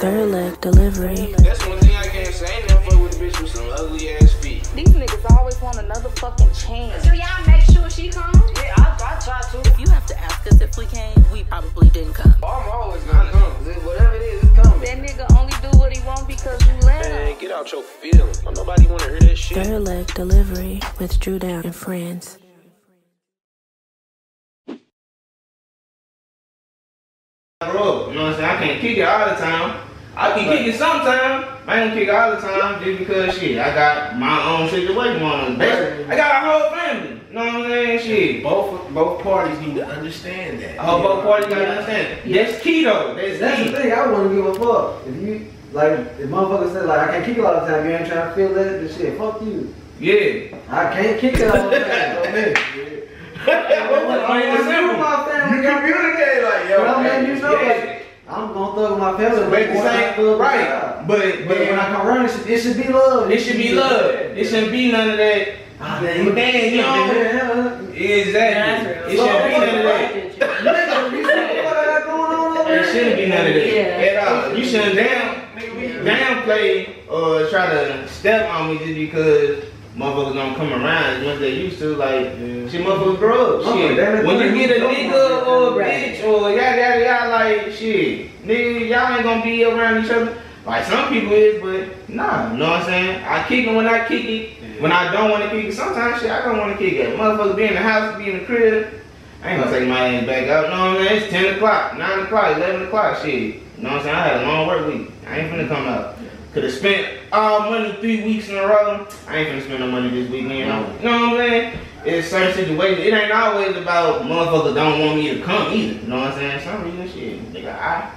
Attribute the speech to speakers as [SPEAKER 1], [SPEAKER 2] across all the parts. [SPEAKER 1] Third leg delivery.
[SPEAKER 2] That's one thing I can't say. I ain't never fuck with a bitch with some ugly ass feet.
[SPEAKER 3] These niggas always want another fucking chance.
[SPEAKER 4] Do y'all make sure she comes?
[SPEAKER 3] Yeah, I, I try to.
[SPEAKER 5] If you have to ask us if we came, we probably didn't come.
[SPEAKER 2] I'm always gonna come. Whatever it is, it's coming.
[SPEAKER 3] That nigga only do what he want because you let him.
[SPEAKER 2] Man, get out your feelings. Don't nobody wanna hear that shit.
[SPEAKER 1] Third leg delivery with Drew Down and friends.
[SPEAKER 2] Bro, you know what I'm saying? I can't kick it all the time. I can kick it sometime. I ain't kick it all the time just because shit. I got my own situation going on. Basically, I got a whole family. You know what I'm saying? Shit.
[SPEAKER 6] Both both parties need to understand that.
[SPEAKER 2] I hope both parties gotta understand. That's key though. That's,
[SPEAKER 7] That's
[SPEAKER 2] key.
[SPEAKER 7] the thing. I wouldn't give a fuck if you like if motherfucker said like I can't kick it all the time. You ain't trying to feel that and shit. Fuck you.
[SPEAKER 2] Yeah.
[SPEAKER 7] I can't kick it all the time. so, man.
[SPEAKER 2] Plain and
[SPEAKER 7] I'm gonna do
[SPEAKER 2] simple.
[SPEAKER 7] my
[SPEAKER 6] You
[SPEAKER 7] family.
[SPEAKER 6] communicate like yo.
[SPEAKER 7] But
[SPEAKER 6] man,
[SPEAKER 7] I'm letting you know,
[SPEAKER 2] yeah.
[SPEAKER 7] like, I'm gonna thug my family.
[SPEAKER 6] But at the
[SPEAKER 7] before I
[SPEAKER 6] same-
[SPEAKER 7] thug my
[SPEAKER 2] right.
[SPEAKER 7] child.
[SPEAKER 2] But-
[SPEAKER 7] but
[SPEAKER 2] but-
[SPEAKER 7] when I come around, it should, it should be love.
[SPEAKER 2] It should be love. It shouldn't be none of that.
[SPEAKER 7] Ah,
[SPEAKER 2] Man, you know.
[SPEAKER 7] man,
[SPEAKER 2] Exactly. It
[SPEAKER 7] So,
[SPEAKER 2] shouldn't be none of that.
[SPEAKER 7] Nigga, you see what I got going on over
[SPEAKER 2] It shouldn't be none of that
[SPEAKER 4] Yeah.
[SPEAKER 2] at all. You shouldn't down downplay or uh, try to step on me just because motherfuckers don't come around as much as they used to. Like, shit, motherfuckers grow up.
[SPEAKER 7] Oh,
[SPEAKER 2] Shit.
[SPEAKER 7] damn it,
[SPEAKER 2] when
[SPEAKER 7] man,
[SPEAKER 2] you
[SPEAKER 7] you
[SPEAKER 2] get a
[SPEAKER 7] don't
[SPEAKER 2] nigga
[SPEAKER 7] want
[SPEAKER 2] or a
[SPEAKER 4] that.
[SPEAKER 2] bitch or yada yada yada, like, shit, nigga, y'all ain't gonna be around each other. Like some people is, but nah, you know what I'm saying? I kick it when I kick it. When I don't want to kick it, sometimes shit, I don't want to kick it. Motherfuckers be in the house, be in the crib. I ain't gonna take my ass back out. No, man, it's 10 o'clock, 9 o'clock, 11 o'clock, shit. You know what I'm saying? I had a long work week. I ain't finna come out. Could have spent all money three weeks in a row. I ain't finna spend no money this weekend. You know
[SPEAKER 6] Mm-hmm.
[SPEAKER 2] what I'm saying? It's certain situations. It ain't always about motherfuckers don't want me to come either. You know what I'm saying? Some reason, shit, nigga, I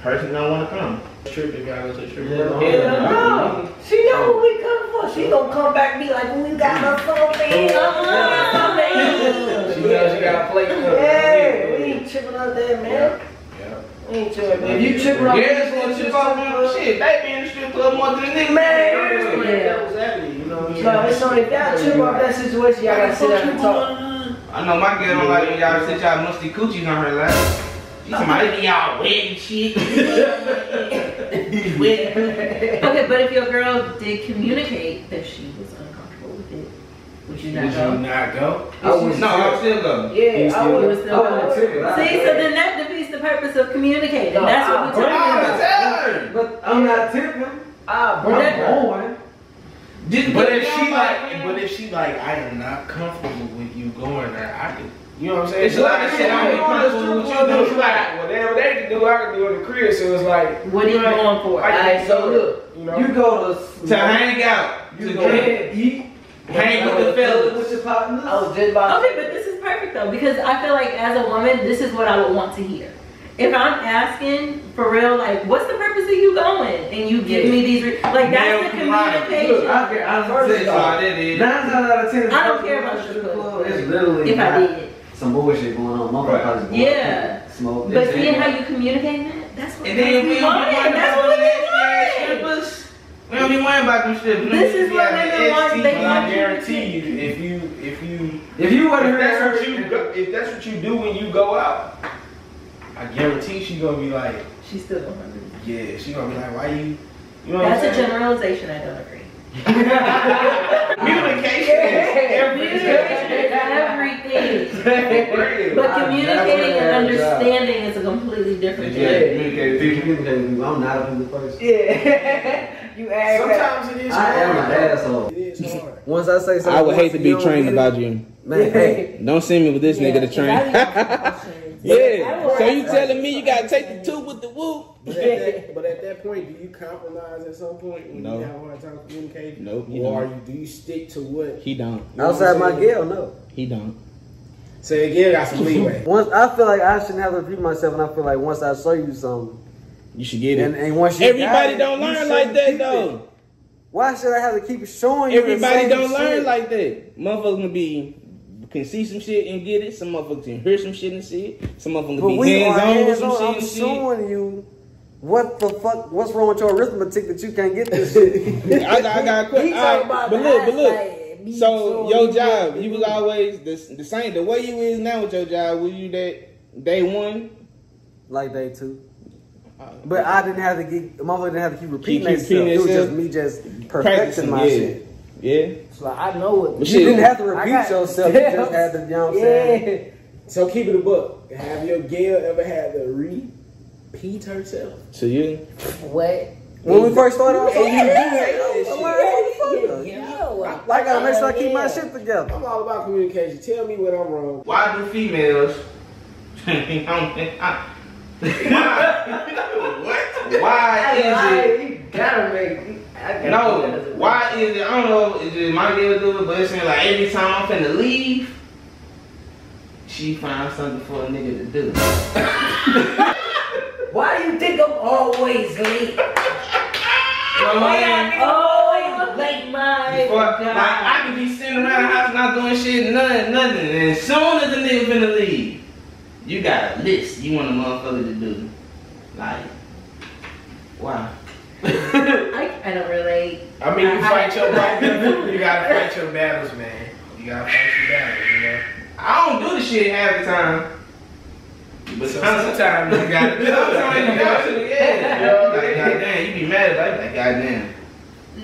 [SPEAKER 2] personally don't wanna come.
[SPEAKER 6] Trip the guy to trip.
[SPEAKER 7] Yeah.
[SPEAKER 8] No, she know what we come for. She gonna come back and be like, we got her something. Uh-uh,
[SPEAKER 6] She knows she got a plate. covered.
[SPEAKER 8] Yeah, we ain't tripping out there, man.
[SPEAKER 6] Yeah.
[SPEAKER 8] We ain't tripping.
[SPEAKER 7] If you tripping
[SPEAKER 2] Yeah,
[SPEAKER 7] out
[SPEAKER 2] it's gonna chip off on shit. They be in the strip club more than niggas. Man.
[SPEAKER 8] Yeah.
[SPEAKER 6] What's happening? You know what I'm saying?
[SPEAKER 8] No, it's only if y'all trip off that situation, y'all gotta sit down and talk.
[SPEAKER 2] I know my girl don't like when y'all sit y'all musty coochies on her lap. She somebody be all wet and shit. wet.
[SPEAKER 4] Okay, but if your girl did communicate that she was uncomfortable with it, would you
[SPEAKER 6] Would you
[SPEAKER 4] not go?
[SPEAKER 6] not go?
[SPEAKER 7] I was
[SPEAKER 2] No, I'm still go.
[SPEAKER 8] Yeah, I
[SPEAKER 4] You
[SPEAKER 8] would.
[SPEAKER 4] would still
[SPEAKER 7] I
[SPEAKER 4] go.
[SPEAKER 7] would
[SPEAKER 4] See,
[SPEAKER 7] too, but I-
[SPEAKER 4] so then that defeats the purpose of communicating.
[SPEAKER 8] No,
[SPEAKER 4] That's what
[SPEAKER 8] I
[SPEAKER 4] we're
[SPEAKER 2] Bring
[SPEAKER 4] talking
[SPEAKER 2] her
[SPEAKER 4] about.
[SPEAKER 2] to tell her.
[SPEAKER 7] But I'm not tipping.
[SPEAKER 8] I
[SPEAKER 7] But
[SPEAKER 4] Right.
[SPEAKER 7] I'm going.
[SPEAKER 2] Just
[SPEAKER 6] But
[SPEAKER 2] put
[SPEAKER 6] if
[SPEAKER 2] it
[SPEAKER 6] she
[SPEAKER 2] on
[SPEAKER 6] like, but if she like, I am not comfortable with you going there. I can, you know what I'm saying?
[SPEAKER 2] It's a lot of shit I ain't comfortable with you doing.
[SPEAKER 6] She like, whatever they can do, I can do in the crib. So it's like,
[SPEAKER 4] What are you going for?
[SPEAKER 6] I
[SPEAKER 4] I-
[SPEAKER 6] can
[SPEAKER 8] so look,
[SPEAKER 6] you know.
[SPEAKER 7] You go to
[SPEAKER 2] to hang out, to
[SPEAKER 7] You go
[SPEAKER 2] drink,
[SPEAKER 7] to eat.
[SPEAKER 2] hang with the
[SPEAKER 7] With
[SPEAKER 2] fellas.
[SPEAKER 7] your partners.
[SPEAKER 4] Oh,
[SPEAKER 8] I was just about
[SPEAKER 4] Okay, but this is perfect though because I feel like as a woman, this is what I would want to hear. If I'm asking for real, like, what's the purpose of you going? And you give me these, re- like,
[SPEAKER 2] Male
[SPEAKER 4] that's the
[SPEAKER 2] camaraderie.
[SPEAKER 4] communication.
[SPEAKER 7] Look, I can honestly
[SPEAKER 2] That's all
[SPEAKER 7] tell you,
[SPEAKER 2] that is.
[SPEAKER 7] nine times out of ten, the
[SPEAKER 4] I don't
[SPEAKER 7] first
[SPEAKER 4] care
[SPEAKER 7] time
[SPEAKER 4] about
[SPEAKER 7] I
[SPEAKER 4] strip
[SPEAKER 7] go to the
[SPEAKER 4] club.
[SPEAKER 7] It's literally
[SPEAKER 4] If I
[SPEAKER 7] not
[SPEAKER 4] did.
[SPEAKER 7] some bullshit going on.
[SPEAKER 2] Right.
[SPEAKER 7] Motherfuckers probably going
[SPEAKER 4] Yeah.
[SPEAKER 7] smoke.
[SPEAKER 4] But
[SPEAKER 7] this,
[SPEAKER 4] seeing
[SPEAKER 7] that.
[SPEAKER 4] how you communicate that, that's what
[SPEAKER 2] And then we
[SPEAKER 4] we
[SPEAKER 2] don't
[SPEAKER 4] wanted.
[SPEAKER 2] be worrying
[SPEAKER 4] That's
[SPEAKER 2] about them
[SPEAKER 4] what we
[SPEAKER 2] nasty ass
[SPEAKER 4] wanted.
[SPEAKER 2] strippers. We don't be worrying about them strippers.
[SPEAKER 4] This is what
[SPEAKER 2] Yeah,
[SPEAKER 4] women want.
[SPEAKER 2] STD.
[SPEAKER 4] They
[SPEAKER 6] But I
[SPEAKER 4] want you to
[SPEAKER 6] guarantee you, if you, if you,
[SPEAKER 7] If you
[SPEAKER 6] if
[SPEAKER 7] wasn't
[SPEAKER 6] that's
[SPEAKER 7] here,
[SPEAKER 6] what you, go- if that's what you do when you go out, I guarantee she gonna be like,
[SPEAKER 4] She's still going hungry.
[SPEAKER 6] yeah, she gonna be like, why you, you know what I'm
[SPEAKER 4] That's a
[SPEAKER 6] saying?
[SPEAKER 4] generalization. I don't agree.
[SPEAKER 2] Communication is
[SPEAKER 4] Communication
[SPEAKER 2] everything.
[SPEAKER 4] is everything,
[SPEAKER 2] Real.
[SPEAKER 4] but communicating and
[SPEAKER 7] I've never had a job.
[SPEAKER 4] understanding is a completely different
[SPEAKER 2] Yeah.
[SPEAKER 4] thing.
[SPEAKER 7] If you communicate with me, I'm not a people person.
[SPEAKER 8] Yeah. you ass.
[SPEAKER 6] Sometimes it is.
[SPEAKER 7] I am an asshole. Once I say something,
[SPEAKER 9] I would hate to
[SPEAKER 7] once you
[SPEAKER 9] be
[SPEAKER 7] don't
[SPEAKER 9] trained
[SPEAKER 7] get it,
[SPEAKER 9] about you.
[SPEAKER 7] Man, hey,
[SPEAKER 9] Don't send me with this nigga to train. yeah. So you telling me you gotta take the two with the whoop?
[SPEAKER 6] But at, that, but at that point, do you compromise at some point when
[SPEAKER 9] No.
[SPEAKER 6] you have a hard time communicating?
[SPEAKER 9] Nope, you
[SPEAKER 6] or are
[SPEAKER 9] don't.
[SPEAKER 6] you, do you stick to what?
[SPEAKER 9] He don't.
[SPEAKER 6] You know what
[SPEAKER 7] outside
[SPEAKER 6] I'm
[SPEAKER 7] my
[SPEAKER 6] saying?
[SPEAKER 7] girl, no.
[SPEAKER 9] He don't.
[SPEAKER 6] So again, got some leeway.
[SPEAKER 7] Once I feel like I shouldn't have to repeat myself, and I feel like once I show you something,
[SPEAKER 9] You should get
[SPEAKER 7] and,
[SPEAKER 9] it.
[SPEAKER 7] and once you got
[SPEAKER 9] Everybody
[SPEAKER 7] it,
[SPEAKER 9] don't
[SPEAKER 7] you
[SPEAKER 9] learn
[SPEAKER 7] shouldn't
[SPEAKER 9] like
[SPEAKER 7] keep
[SPEAKER 9] that
[SPEAKER 7] it.
[SPEAKER 9] though.
[SPEAKER 7] Why should I have to keep showing you? the
[SPEAKER 9] Everybody
[SPEAKER 7] same
[SPEAKER 9] don't learn
[SPEAKER 7] shit?
[SPEAKER 9] like that. Motherfuckers gonna be can see some shit and get it. Some motherfuckers can hear some shit and see it. Some motherfuckers
[SPEAKER 7] But
[SPEAKER 9] can
[SPEAKER 7] we
[SPEAKER 9] be
[SPEAKER 7] are
[SPEAKER 9] hands on with
[SPEAKER 7] hands
[SPEAKER 9] some
[SPEAKER 7] on.
[SPEAKER 9] shit
[SPEAKER 7] I'm
[SPEAKER 9] and shit.
[SPEAKER 7] showing you what the fuck. What's wrong with your arithmetic that you can't get this shit?
[SPEAKER 9] I got, I got a
[SPEAKER 8] He
[SPEAKER 9] question.
[SPEAKER 8] talking
[SPEAKER 9] All right,
[SPEAKER 8] about
[SPEAKER 9] but
[SPEAKER 8] the
[SPEAKER 9] look, but
[SPEAKER 8] eyesight,
[SPEAKER 9] look.
[SPEAKER 8] me
[SPEAKER 9] So
[SPEAKER 8] showing
[SPEAKER 9] your
[SPEAKER 8] you
[SPEAKER 9] job,
[SPEAKER 8] what
[SPEAKER 9] you
[SPEAKER 8] to
[SPEAKER 9] was
[SPEAKER 8] do.
[SPEAKER 9] always the, the same. The way you is now with your job, were you that day one?
[SPEAKER 7] like day two. But I didn't have to get, the motherfucker didn't have to keep repeating
[SPEAKER 9] Uh, Keep
[SPEAKER 7] that stuff. It was just
[SPEAKER 9] repeating
[SPEAKER 7] me just perfecting my
[SPEAKER 9] yeah.
[SPEAKER 7] shit.
[SPEAKER 9] Yeah.
[SPEAKER 10] It's like I know it.
[SPEAKER 9] But
[SPEAKER 7] You
[SPEAKER 9] shit,
[SPEAKER 7] didn't have to
[SPEAKER 10] I
[SPEAKER 7] repeat
[SPEAKER 10] got-
[SPEAKER 7] yourself. You just had to, you know what I'm saying?
[SPEAKER 10] Yeah. So keep it a book. Have your Gail ever had to repeat herself?
[SPEAKER 9] to you.
[SPEAKER 10] What?
[SPEAKER 7] When we first started off, so you did
[SPEAKER 10] Yeah.
[SPEAKER 7] it. I'm like, oh, fuck.
[SPEAKER 10] Yeah.
[SPEAKER 7] Like, I gotta make sure I keep
[SPEAKER 10] Yeah.
[SPEAKER 7] my shit together.
[SPEAKER 10] I'm all about communication. Tell me what I'm wrong.
[SPEAKER 2] Why do females? I- what? Why is it?
[SPEAKER 8] You gotta make. I gotta
[SPEAKER 2] No, why is it? I don't know. Is it my deal to do it? But it's been like every time I'm finna leave, she finds something for a nigga to do.
[SPEAKER 8] Why do you think I'm always late?
[SPEAKER 2] Why?
[SPEAKER 8] Always late, my
[SPEAKER 2] Or, like, I could be sitting around the house not doing shit, nothing, nothing. And as soon as the nigga finna leave, you got a list you want a motherfucker to do. Like, why?
[SPEAKER 4] I, I don't relate.
[SPEAKER 6] I mean, you
[SPEAKER 4] I-
[SPEAKER 6] fight your
[SPEAKER 4] I-
[SPEAKER 6] battles. You gotta fight your battles, man. You gotta fight your battles, you know.
[SPEAKER 2] I don't do the shit half the time. But
[SPEAKER 6] So
[SPEAKER 2] sometimes,
[SPEAKER 6] sometimes you gotta do
[SPEAKER 2] sometimes you got
[SPEAKER 6] it.
[SPEAKER 2] to, yeah. Like, goddamn, you be mad at life, like, goddamn.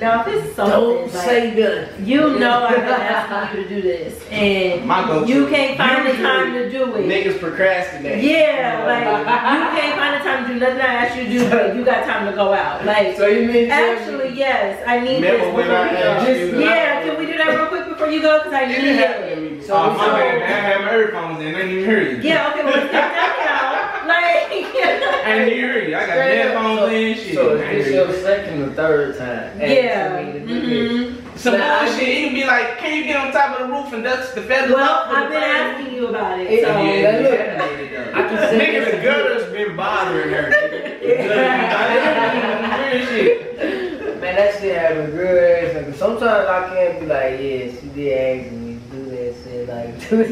[SPEAKER 4] Now if it's something
[SPEAKER 8] Don't
[SPEAKER 4] like,
[SPEAKER 8] say nothing.
[SPEAKER 4] you know I've been asking you to do this and
[SPEAKER 2] My go-to.
[SPEAKER 4] you can't find the time to do it.
[SPEAKER 6] Niggas procrastinate.
[SPEAKER 4] Yeah, like you can't find the time to do nothing I asked you to do, but you got time to go out. Like
[SPEAKER 6] So you mean
[SPEAKER 4] actually, yes, I need
[SPEAKER 6] remember
[SPEAKER 4] this.
[SPEAKER 6] when
[SPEAKER 4] before
[SPEAKER 6] I
[SPEAKER 4] you go.
[SPEAKER 6] asked you? to-
[SPEAKER 4] Yeah, can we do that real quick before you go? Cause I need
[SPEAKER 6] It happened to
[SPEAKER 4] it.
[SPEAKER 6] me.
[SPEAKER 2] Oh, my bad, man, I had my earphones in, I didn't even hear you.
[SPEAKER 4] Yeah, okay, well let's get that out. Like
[SPEAKER 2] I didn't even hear you. I got headphones in, shit.
[SPEAKER 10] So
[SPEAKER 2] I ain't
[SPEAKER 10] it's
[SPEAKER 2] hear you.
[SPEAKER 10] your second or third time.
[SPEAKER 4] Yeah.
[SPEAKER 10] asking me to do this.
[SPEAKER 4] Mm-hmm.
[SPEAKER 2] Some
[SPEAKER 10] But I-
[SPEAKER 2] bullshit. It can be like, can you get on top of the roof and dust the feathers
[SPEAKER 4] Well,
[SPEAKER 2] off?
[SPEAKER 4] I've been asking you about it.
[SPEAKER 10] It-
[SPEAKER 4] So
[SPEAKER 10] yeah. I
[SPEAKER 2] Yeah,
[SPEAKER 10] can say
[SPEAKER 6] Nigga, the
[SPEAKER 10] this-
[SPEAKER 6] gutter's been bothering her. nigga. The
[SPEAKER 2] yeah. Real shit.
[SPEAKER 10] Man, that shit having good. Like, sometimes I can't be like, yeah, she did ask me to do that shit, like do
[SPEAKER 2] Yeah,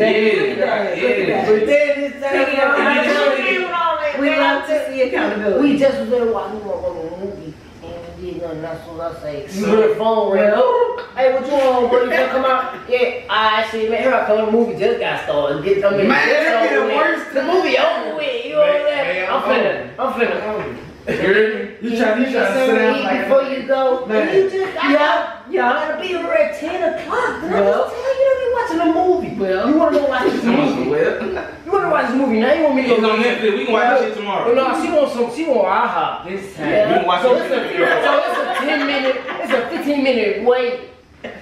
[SPEAKER 10] that.
[SPEAKER 2] yeah.
[SPEAKER 10] But then it's
[SPEAKER 4] Take it out.
[SPEAKER 10] like,
[SPEAKER 4] we love to see accountability.
[SPEAKER 8] We just was there watching we were watching a movie and we did nothing. That's what I say. You
[SPEAKER 2] So-
[SPEAKER 8] heard the phone ring.
[SPEAKER 4] Well.
[SPEAKER 8] Hey, what you on, bro? You gonna come out? Yeah, I see, man. Here I come. The movie just got started. Get I mean,
[SPEAKER 6] Man,
[SPEAKER 8] it's
[SPEAKER 6] that be the
[SPEAKER 8] over with.
[SPEAKER 6] worst
[SPEAKER 8] The movie over with. You know what I'm
[SPEAKER 6] Man,
[SPEAKER 8] saying?
[SPEAKER 6] man,
[SPEAKER 8] I'm
[SPEAKER 6] I'm
[SPEAKER 8] finna. I'm finna.
[SPEAKER 6] You hear me? You trying, you trying to sit down
[SPEAKER 8] eat
[SPEAKER 6] like
[SPEAKER 8] before you go.
[SPEAKER 6] Man.
[SPEAKER 8] And you just got
[SPEAKER 4] Yeah, yeah.
[SPEAKER 8] gotta be over at ten o'clock. Then
[SPEAKER 10] Yeah.
[SPEAKER 8] I just tell you, you don't be watching a movie.
[SPEAKER 10] Well.
[SPEAKER 8] you wanna go watch this movie?
[SPEAKER 2] Well,
[SPEAKER 8] You wanna watch this movie now? You want me to go
[SPEAKER 2] it's on Netflix. We can watch this shit
[SPEAKER 8] Well,
[SPEAKER 2] tomorrow.
[SPEAKER 8] no, she wants some. She want IHOP this time.
[SPEAKER 2] We can watch
[SPEAKER 8] So
[SPEAKER 2] this
[SPEAKER 8] it's a
[SPEAKER 2] shit
[SPEAKER 8] so
[SPEAKER 2] tomorrow.
[SPEAKER 8] it's a ten minute. It's a fifteen minute wait.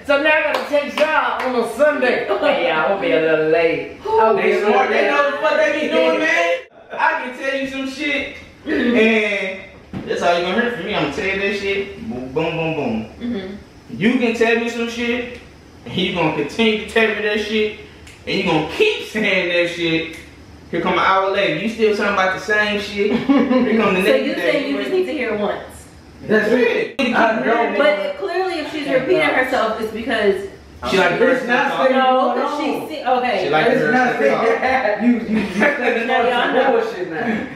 [SPEAKER 8] So now I gotta take y'all on a Sunday. Hey, y'all, I'll be a little late. I'll be a
[SPEAKER 2] They
[SPEAKER 8] little
[SPEAKER 2] smart. They
[SPEAKER 8] late.
[SPEAKER 2] know what the fuck they be doing, man. I can tell you some shit, and that's all you gonna hear from me. I'm gonna tell you that shit. Boom, boom, boom, boom.
[SPEAKER 4] Mm-hmm.
[SPEAKER 2] You can tell me some shit, and you gonna continue to tell me that shit, and you gonna keep saying that shit. Here come an hour later, you still talking about the same shit. Here come the
[SPEAKER 4] So
[SPEAKER 2] next day.
[SPEAKER 4] you say you just need to hear once.
[SPEAKER 2] That's it.
[SPEAKER 7] I don't
[SPEAKER 4] But if- clearly, if she's repeating herself, it's because
[SPEAKER 2] She like
[SPEAKER 7] It's
[SPEAKER 2] first
[SPEAKER 7] not
[SPEAKER 2] not
[SPEAKER 7] fair. No.
[SPEAKER 4] no, because she's see- okay.
[SPEAKER 2] She like
[SPEAKER 7] It's not
[SPEAKER 2] her.
[SPEAKER 7] that you you you thinking
[SPEAKER 4] Now y'all
[SPEAKER 7] about
[SPEAKER 4] know.
[SPEAKER 7] bullshit now.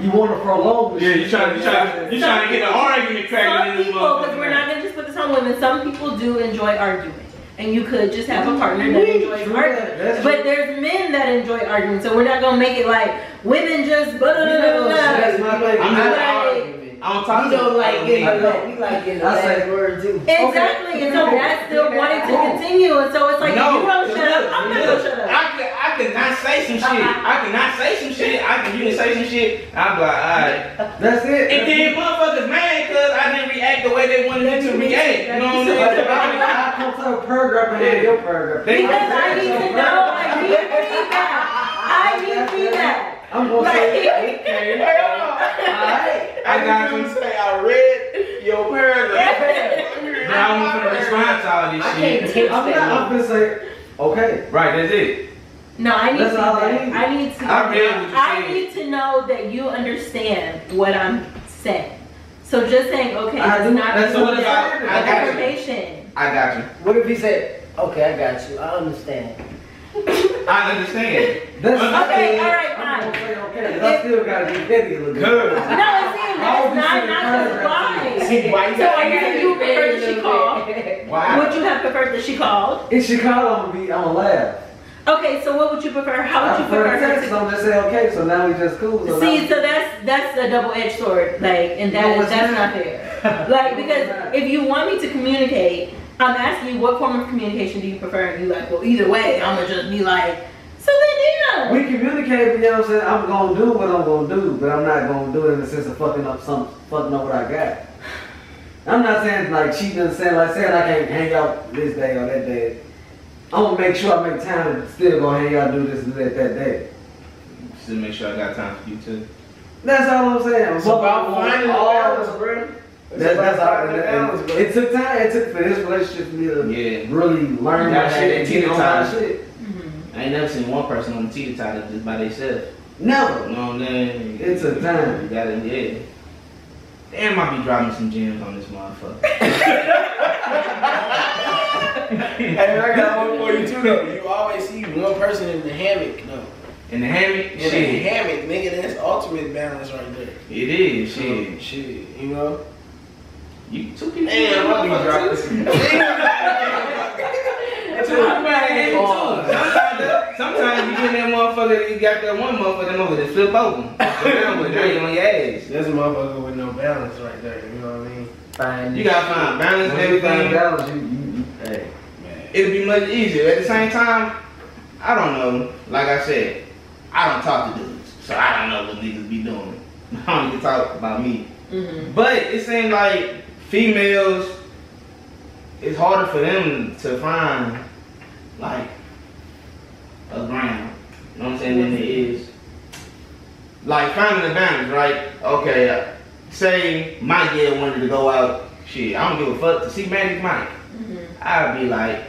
[SPEAKER 7] You want to prolong the
[SPEAKER 2] Yeah,
[SPEAKER 7] shit.
[SPEAKER 2] you trying to you trying you trying to get an argument
[SPEAKER 4] some
[SPEAKER 2] cracked in this
[SPEAKER 4] people, because
[SPEAKER 2] motherfucker.
[SPEAKER 4] we're not gonna just put this on women. Some people do enjoy arguing, and you could just have a partner that enjoys arguing.
[SPEAKER 7] That's
[SPEAKER 4] But there's men that enjoy arguing, so we're not gonna make it like women just. Blah, blah, blah, blah,
[SPEAKER 7] That's my
[SPEAKER 4] blah.
[SPEAKER 7] thing.
[SPEAKER 2] I'm
[SPEAKER 4] Like,
[SPEAKER 2] not I don't talk to
[SPEAKER 8] We don't like
[SPEAKER 2] it.
[SPEAKER 8] getting late. We like getting the
[SPEAKER 7] I
[SPEAKER 8] last
[SPEAKER 7] say-
[SPEAKER 8] word too.
[SPEAKER 4] Exactly, and so that's still wanting to continue, and so it's like
[SPEAKER 2] no,
[SPEAKER 4] if you don't shut up, I'm not gonna
[SPEAKER 2] look,
[SPEAKER 4] shut up.
[SPEAKER 2] I could, I could not say some shit. I could not say some shit. I could, you can say some shit. I'm like, alright.
[SPEAKER 7] That's it.
[SPEAKER 2] And then motherfuckers mad because I didn't react the way they wanted me to react. You know what I'm
[SPEAKER 7] Like, if
[SPEAKER 2] saying?
[SPEAKER 7] I I come to a paragraph and have your paragraph.
[SPEAKER 2] They-
[SPEAKER 4] Because I need to know, I need feedback. I need feedback.
[SPEAKER 7] I'm gonna say, okay, alright.
[SPEAKER 2] I got you.
[SPEAKER 6] say I read your paragraph.
[SPEAKER 2] But I want to respond to all this
[SPEAKER 8] I
[SPEAKER 2] shit.
[SPEAKER 8] can't text
[SPEAKER 7] I'm not.
[SPEAKER 8] that.
[SPEAKER 7] I'm gonna say, okay.
[SPEAKER 2] Right, that's it.
[SPEAKER 4] No, I need
[SPEAKER 7] That's all I
[SPEAKER 4] feedback.
[SPEAKER 7] need.
[SPEAKER 4] I need to.
[SPEAKER 2] I read what you
[SPEAKER 4] I
[SPEAKER 2] said.
[SPEAKER 4] need to know that you understand what I'm saying. So just saying, okay,
[SPEAKER 7] I
[SPEAKER 4] it's
[SPEAKER 7] do-
[SPEAKER 4] not
[SPEAKER 2] that's what
[SPEAKER 4] gonna
[SPEAKER 2] if I-
[SPEAKER 4] be
[SPEAKER 2] I got you.
[SPEAKER 4] affirmation.
[SPEAKER 2] I got you.
[SPEAKER 8] What if he said, "Okay, I got you. I understand."
[SPEAKER 2] I understand.
[SPEAKER 7] That's
[SPEAKER 4] Okay, all right,
[SPEAKER 7] I'm
[SPEAKER 4] fine.
[SPEAKER 7] gonna say okay, but I still gotta get petty a little bit.
[SPEAKER 4] No,
[SPEAKER 2] Good.
[SPEAKER 4] it's saying
[SPEAKER 7] How
[SPEAKER 4] that's
[SPEAKER 7] would you
[SPEAKER 4] not
[SPEAKER 7] say
[SPEAKER 4] not
[SPEAKER 7] the
[SPEAKER 4] just fine.
[SPEAKER 6] See, why you
[SPEAKER 4] So
[SPEAKER 6] gotta
[SPEAKER 4] are you saying you preferred that she called?
[SPEAKER 2] Wow.
[SPEAKER 4] Would you have preferred that she called?
[SPEAKER 7] In Chicago, I'm gonna be, I'm gonna laugh.
[SPEAKER 4] Okay, so what would you prefer? How would
[SPEAKER 7] I
[SPEAKER 4] you
[SPEAKER 7] prefer
[SPEAKER 4] prefer
[SPEAKER 7] the
[SPEAKER 4] her
[SPEAKER 7] text, so
[SPEAKER 4] to?
[SPEAKER 7] I'm just saying, okay, so now we just cool. So
[SPEAKER 4] See,
[SPEAKER 7] now,
[SPEAKER 4] so that's that's a double-edged sword, like, and that
[SPEAKER 7] No,
[SPEAKER 4] is
[SPEAKER 7] it's
[SPEAKER 4] that's
[SPEAKER 7] not.
[SPEAKER 4] not fair. Like, because if you want me to communicate, I'm asking you what form of communication do you prefer, and you like, well, either way, I'm gonna just be like, so then yeah.
[SPEAKER 7] we communicate, you know what I'm saying? I'm gonna do what I'm gonna do, but I'm not gonna do it in the sense of fucking up some, fucking up what I got. I'm not saying like cheating and saying like saying I can't hang out this day or that day. I'm gonna make sure I make time to still go hang out, do this and do that that day.
[SPEAKER 2] Just to make sure I got time for you too.
[SPEAKER 7] That's all I'm saying.
[SPEAKER 6] It's about finding the
[SPEAKER 7] all-
[SPEAKER 6] balance, bro. It's
[SPEAKER 7] That,
[SPEAKER 6] about
[SPEAKER 7] that's all.
[SPEAKER 6] finding the balance, bro.
[SPEAKER 7] it took time. It took for this relationship for me to
[SPEAKER 2] Yeah.
[SPEAKER 7] really learn
[SPEAKER 2] You gotta have
[SPEAKER 7] that
[SPEAKER 2] that
[SPEAKER 7] shit and get
[SPEAKER 2] teeter
[SPEAKER 7] on that
[SPEAKER 2] totter.
[SPEAKER 7] shit.
[SPEAKER 2] I ain't never seen one person on the teeter totter just by themselves. You
[SPEAKER 7] Never.
[SPEAKER 2] know what I'm saying?
[SPEAKER 7] It's a time.
[SPEAKER 2] You gotta, yeah. Damn, I be dropping some gems on this motherfucker.
[SPEAKER 6] Hey, I got one for you too though. You always see one person in the hammock though.
[SPEAKER 2] And the hammock,
[SPEAKER 6] In the
[SPEAKER 2] shit.
[SPEAKER 6] hammock, nigga, that's ultimate balance right there.
[SPEAKER 2] It is, shit.
[SPEAKER 6] Shit, you know?
[SPEAKER 2] You two people.
[SPEAKER 6] Damn, I be dropping
[SPEAKER 2] some.
[SPEAKER 6] Hard.
[SPEAKER 2] Oh. Sometimes you get that motherfucker, you got that one motherfucker over that flip over. Now with drink on your ass.
[SPEAKER 6] That's a motherfucker with no balance right there, you know what I mean?
[SPEAKER 7] Find
[SPEAKER 2] You gotta find balance and
[SPEAKER 7] When you find
[SPEAKER 2] everything.
[SPEAKER 7] balance, you, you, you hey.
[SPEAKER 2] It'll be much easier. At the same time, I don't know. Like I said, I don't talk to dudes, so I don't know what niggas be doing. I don't even talk about me.
[SPEAKER 4] Mm-hmm.
[SPEAKER 2] But it seems like females, it's harder for them to find like a ground. You know what I'm saying? Than it is like finding a balance, right? Okay, uh, say my girl wanted to go out. Shit, I don't give a fuck to see Magic Mike.
[SPEAKER 10] Mm-hmm.
[SPEAKER 2] I'd be like,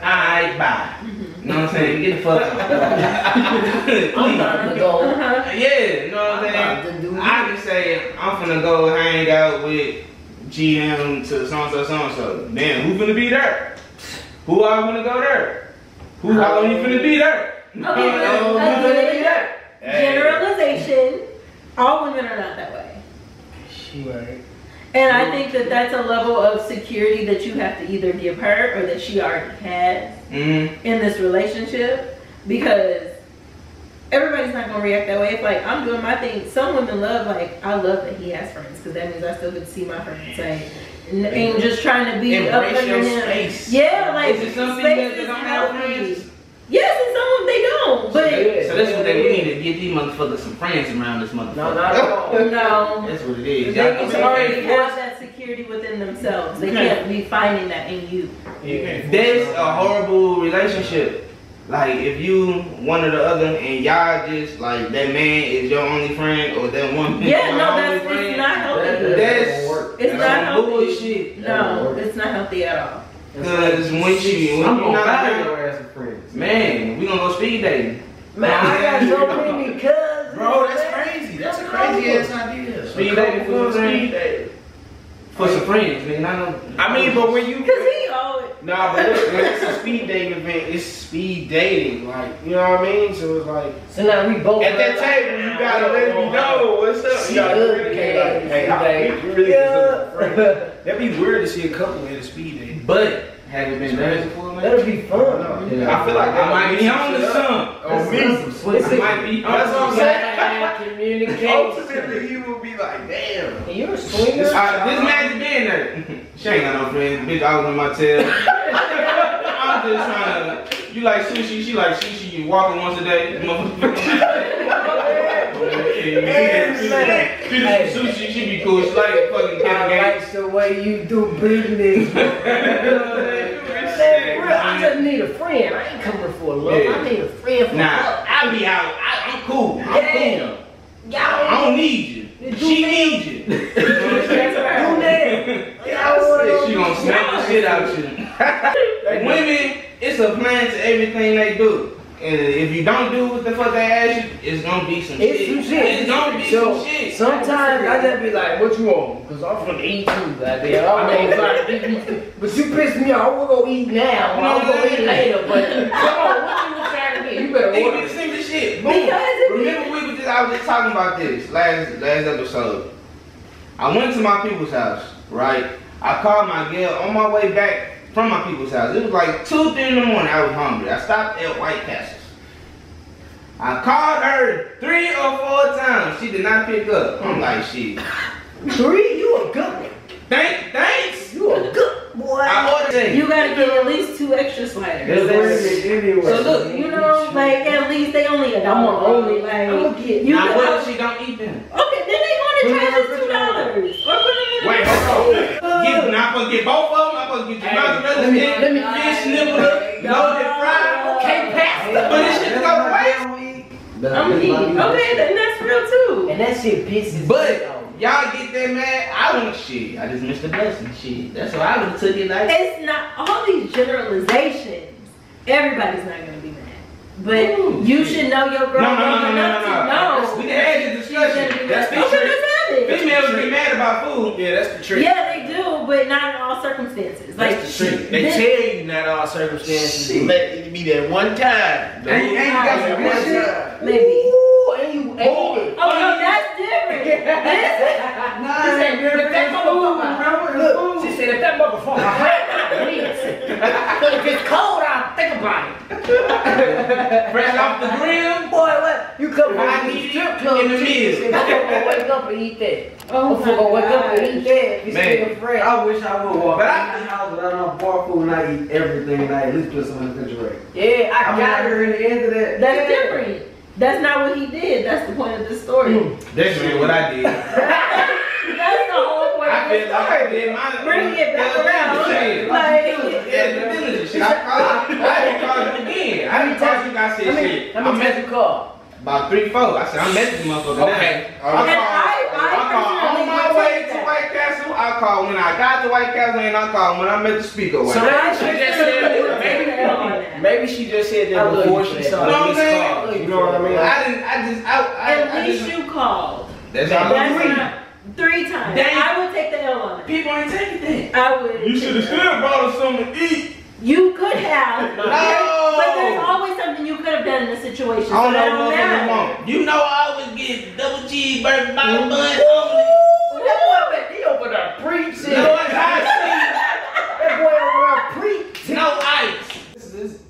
[SPEAKER 2] alright, bye. You know what I'm saying? Get the fuck out.
[SPEAKER 10] I'm to go.
[SPEAKER 4] Uh-huh.
[SPEAKER 2] yeah, you know what I'm saying?
[SPEAKER 10] I'm about to do
[SPEAKER 2] I be saying I'm finna go hang out with GM to so and so so and so. Man, who finna be there? Who I finna go there? Who
[SPEAKER 10] Oh.
[SPEAKER 2] how long you finna be there?
[SPEAKER 4] Okay,
[SPEAKER 2] How long
[SPEAKER 4] but-
[SPEAKER 2] you finna be there? Hey.
[SPEAKER 4] Generalization. All women are not that way.
[SPEAKER 6] Right.
[SPEAKER 4] And I think that that's a level of security that you have to either give her or that she already has
[SPEAKER 2] Mhm.
[SPEAKER 4] in this relationship because everybody's not gonna react that way. If like I'm doing my thing, some women love like I love that he has friends because that means I still get to see my friends. Like and, and just trying to be up
[SPEAKER 6] Embrace
[SPEAKER 4] under
[SPEAKER 6] your
[SPEAKER 4] him.
[SPEAKER 6] space.
[SPEAKER 4] Yeah, like
[SPEAKER 2] Is it something
[SPEAKER 4] space
[SPEAKER 2] that they
[SPEAKER 4] is
[SPEAKER 2] don't have
[SPEAKER 4] healthy.
[SPEAKER 2] friends?
[SPEAKER 4] Yes, and some of them they don't. But
[SPEAKER 2] So that's what they we need to get these motherfuckers some friends around this motherfucker.
[SPEAKER 10] No, not at all.
[SPEAKER 4] no.
[SPEAKER 2] That's what it is. Y'all
[SPEAKER 4] They
[SPEAKER 2] can
[SPEAKER 4] it's
[SPEAKER 2] be-
[SPEAKER 4] already have that security within themselves. They
[SPEAKER 2] Okay.
[SPEAKER 4] can't be finding that in you.
[SPEAKER 6] You can't force
[SPEAKER 2] That's a
[SPEAKER 6] somebody.
[SPEAKER 2] horrible relationship. Like if you one or the other and y'all just like that man is your only friend or that woman is
[SPEAKER 4] Yeah,
[SPEAKER 2] your
[SPEAKER 4] no,
[SPEAKER 2] only
[SPEAKER 4] that's
[SPEAKER 2] friend.
[SPEAKER 4] it's not healthy.
[SPEAKER 2] That's-
[SPEAKER 4] It's
[SPEAKER 2] That's
[SPEAKER 4] not
[SPEAKER 2] some
[SPEAKER 4] healthy.
[SPEAKER 2] bullshit.
[SPEAKER 4] No, it's not healthy at all.
[SPEAKER 2] Cause when she when
[SPEAKER 7] I'm
[SPEAKER 2] you
[SPEAKER 7] gonna
[SPEAKER 2] not
[SPEAKER 7] buy
[SPEAKER 2] around,
[SPEAKER 7] your ass some friends.
[SPEAKER 2] man, we gonna go speed dating.
[SPEAKER 10] Man, I got so many cousins.
[SPEAKER 6] Bro, that's crazy. That's a crazy ass idea.
[SPEAKER 2] Speed dating for some
[SPEAKER 6] Speed
[SPEAKER 2] friends.
[SPEAKER 6] dating.
[SPEAKER 2] For some friends, man. Not no,
[SPEAKER 6] I mean, but when you
[SPEAKER 4] Cause he always
[SPEAKER 6] Nah, but look, when it's a speed dating event, it's speed dating. Like, you know what I mean? So it's like,
[SPEAKER 10] So now we both.
[SPEAKER 6] at that table, you gotta let me know what's up. You gotta communicate, like, hey, I, you really yeah. That'd be weird to see a couple at a speed dating.
[SPEAKER 2] but have you been done before, man?
[SPEAKER 10] That'll be fun.
[SPEAKER 6] No.
[SPEAKER 7] Yeah.
[SPEAKER 6] I feel like
[SPEAKER 2] I might be on to some.
[SPEAKER 6] Oh, me.
[SPEAKER 2] I might be on
[SPEAKER 6] That's
[SPEAKER 2] to
[SPEAKER 6] what I'm
[SPEAKER 2] some.
[SPEAKER 6] saying.
[SPEAKER 10] Communication.
[SPEAKER 6] Ultimately, he will be like, damn.
[SPEAKER 10] And You're a swinger.
[SPEAKER 2] This, I, this magic been there. she ain't got no friends. Bitch, I was on my tail. I'm just trying to. You like sushi? She like sushi. You walking once a day, motherfucker.
[SPEAKER 10] Man,
[SPEAKER 2] She like sushi. She be cool. She like fucking cat
[SPEAKER 10] I
[SPEAKER 2] game.
[SPEAKER 10] like the way you do business. Man, real, I just need a friend. I ain't coming for love.
[SPEAKER 2] Yeah.
[SPEAKER 10] I need a friend for
[SPEAKER 2] Nah,
[SPEAKER 10] love.
[SPEAKER 2] I be out. I, I'm cool. I'm
[SPEAKER 10] Yeah.
[SPEAKER 2] cool. I
[SPEAKER 10] Y'all
[SPEAKER 2] don't need you. She needs you. You know what I'm saying?
[SPEAKER 10] don't do that. Y'all want
[SPEAKER 2] She gonna smack the shit out you. Women, it's a plan to everything they do. And if you don't do what the fuck they ask you, it's gonna be some
[SPEAKER 10] It's
[SPEAKER 2] shit.
[SPEAKER 10] some shit.
[SPEAKER 2] It's gonna be
[SPEAKER 10] so
[SPEAKER 2] some shit.
[SPEAKER 10] Sometimes I just be like, what you want? Because I'm from eat too, goddamn. I'm gonna try to eat you. But you pissed me off. We're gonna eat now. Or I'm gonna eat later. But come on, what you was trying to get? You better
[SPEAKER 2] It can be
[SPEAKER 10] order.
[SPEAKER 2] the simplest shit. Boom.
[SPEAKER 4] Because it-
[SPEAKER 2] Remember we were just I was just talking about this last last episode. I went to my people's house, right? I called my girl on my way back from my people's house. It was like two, three in the morning. I was hungry. I stopped at White Castle's. I called her three or four times. She did not pick up. I'm like, shit.
[SPEAKER 10] Hmm. Three? You a good one.
[SPEAKER 2] Thank, thanks.
[SPEAKER 10] You a good boy.
[SPEAKER 2] I ordered it.
[SPEAKER 4] You gotta get at least two extra sliders.
[SPEAKER 7] anyway.
[SPEAKER 4] So look, you know, like at least they only a dollar only. Like
[SPEAKER 10] I'ma get-
[SPEAKER 4] you
[SPEAKER 2] now
[SPEAKER 4] could-
[SPEAKER 2] what if she don't eat them?
[SPEAKER 4] Okay, then they
[SPEAKER 10] Put
[SPEAKER 4] going
[SPEAKER 10] it
[SPEAKER 4] to
[SPEAKER 10] in
[SPEAKER 4] trash
[SPEAKER 10] the
[SPEAKER 4] is two dollars. Or put it in
[SPEAKER 2] Wait, hold on. Get, I'm not supposed to get both of them. I'm supposed to get your mozzarella
[SPEAKER 10] me-
[SPEAKER 2] stick,
[SPEAKER 10] let me-
[SPEAKER 2] fish nibble, loaded fried.
[SPEAKER 10] Can't pass the
[SPEAKER 2] But this shit go away.
[SPEAKER 4] I'm gonna eat. Okay, then that's real too.
[SPEAKER 10] And that shit pisses
[SPEAKER 2] But
[SPEAKER 10] me off.
[SPEAKER 2] y'all get that mad. I want shit. I just missed the blessing. Shit. That's what I would have took it like.
[SPEAKER 4] It's not all these generalizations. Everybody's not gonna be mad, but
[SPEAKER 2] Ooh,
[SPEAKER 4] you
[SPEAKER 2] shit.
[SPEAKER 4] should know your
[SPEAKER 2] No,
[SPEAKER 4] girl.
[SPEAKER 2] no, no, no,
[SPEAKER 4] well
[SPEAKER 2] no,
[SPEAKER 4] enough to
[SPEAKER 2] no, no. We
[SPEAKER 4] know.
[SPEAKER 2] can add the discussion. That's the
[SPEAKER 4] Okay,
[SPEAKER 2] trick.
[SPEAKER 4] let's have it.
[SPEAKER 2] Females get mad about food.
[SPEAKER 6] Yeah, that's the trick.
[SPEAKER 4] Yeah, they do, but not in all circumstances. Like
[SPEAKER 6] That's the trick. They
[SPEAKER 4] this-
[SPEAKER 6] tell you not all circumstances.
[SPEAKER 7] Shit.
[SPEAKER 6] Let it be that one time.
[SPEAKER 7] Ain't, ain't you got some good shit?
[SPEAKER 4] maybe.
[SPEAKER 10] Ooh, and you ate it.
[SPEAKER 4] Oh, no, that's different. This-
[SPEAKER 7] Nah, it ain't good.
[SPEAKER 10] But that
[SPEAKER 7] It's
[SPEAKER 10] motherfucker-
[SPEAKER 7] food, bro.
[SPEAKER 10] Look,
[SPEAKER 7] It's
[SPEAKER 10] she
[SPEAKER 7] food.
[SPEAKER 10] said if that motherfucker hot, I win. If it's cold, I'll think about it.
[SPEAKER 2] Fresh off the grill.
[SPEAKER 10] Boy, what? You come
[SPEAKER 2] I
[SPEAKER 10] from
[SPEAKER 2] need
[SPEAKER 10] the
[SPEAKER 2] it
[SPEAKER 10] strip club.
[SPEAKER 2] in the midst.
[SPEAKER 10] I'm gonna wake up and eat that.
[SPEAKER 4] Oh
[SPEAKER 10] I'm gonna wake up and eat that. You
[SPEAKER 2] Man.
[SPEAKER 10] still fresh.
[SPEAKER 7] I wish I would walk
[SPEAKER 2] But I-
[SPEAKER 7] out the house without no bar food and I eat everything and I at least put some in the refrigerator.
[SPEAKER 10] Yeah, I
[SPEAKER 7] I'm
[SPEAKER 10] got
[SPEAKER 7] not
[SPEAKER 10] it.
[SPEAKER 7] hearing the end of that.
[SPEAKER 4] That's different. That's not what he did. That's the point of the story.
[SPEAKER 10] Hmm.
[SPEAKER 2] That's really what I did.
[SPEAKER 4] That's the whole point
[SPEAKER 2] I
[SPEAKER 4] of the
[SPEAKER 2] feel like I
[SPEAKER 4] story.
[SPEAKER 2] did my
[SPEAKER 4] Bring it back
[SPEAKER 2] Yeah,
[SPEAKER 4] around.
[SPEAKER 2] shit.
[SPEAKER 4] Like,
[SPEAKER 2] Yeah, the diligence shit. I called you. I didn't call you again. I didn't call you. I said
[SPEAKER 10] Let me,
[SPEAKER 2] shit.
[SPEAKER 10] let me
[SPEAKER 2] I'm
[SPEAKER 10] test
[SPEAKER 2] messing
[SPEAKER 10] the car.
[SPEAKER 2] about three, four. I said I'm messing with motherfucker. now.
[SPEAKER 10] Okay.
[SPEAKER 2] I called,
[SPEAKER 4] And I- I
[SPEAKER 2] I called on my
[SPEAKER 4] personally
[SPEAKER 2] way
[SPEAKER 4] would take
[SPEAKER 2] to
[SPEAKER 4] that.
[SPEAKER 2] White Castle. I called when I got to White Castle, and I called when I met the speaker.
[SPEAKER 6] So
[SPEAKER 2] White Castle.
[SPEAKER 6] maybe she just said
[SPEAKER 4] Yeah.
[SPEAKER 6] maybe, maybe she just said
[SPEAKER 10] I
[SPEAKER 6] that
[SPEAKER 10] love
[SPEAKER 6] before
[SPEAKER 10] you
[SPEAKER 6] she
[SPEAKER 10] for that.
[SPEAKER 2] Know what
[SPEAKER 6] started
[SPEAKER 2] I'm
[SPEAKER 6] this
[SPEAKER 2] saying?
[SPEAKER 6] call. You know what I mean?
[SPEAKER 2] I didn't. I just. I. I, I just,
[SPEAKER 4] At least you called.
[SPEAKER 2] That's all I'm
[SPEAKER 4] That's
[SPEAKER 2] saying.
[SPEAKER 4] not three times.
[SPEAKER 2] Dang.
[SPEAKER 4] I would take the L on it.
[SPEAKER 2] People ain't taking that.
[SPEAKER 4] I would.
[SPEAKER 2] You should have still brought us something to eat.
[SPEAKER 4] You could have.
[SPEAKER 2] No.
[SPEAKER 4] But there's always something you could have done in this situation.
[SPEAKER 2] I don't
[SPEAKER 4] so that
[SPEAKER 2] know what motherfuckers
[SPEAKER 4] matter.
[SPEAKER 2] want. Mm-hmm. You know I always get double cheeseburger, bottle bun.
[SPEAKER 10] Ooh, that boy over there, he over there preaching.
[SPEAKER 2] No ice.
[SPEAKER 10] That boy over there preaching.
[SPEAKER 2] No ice. This is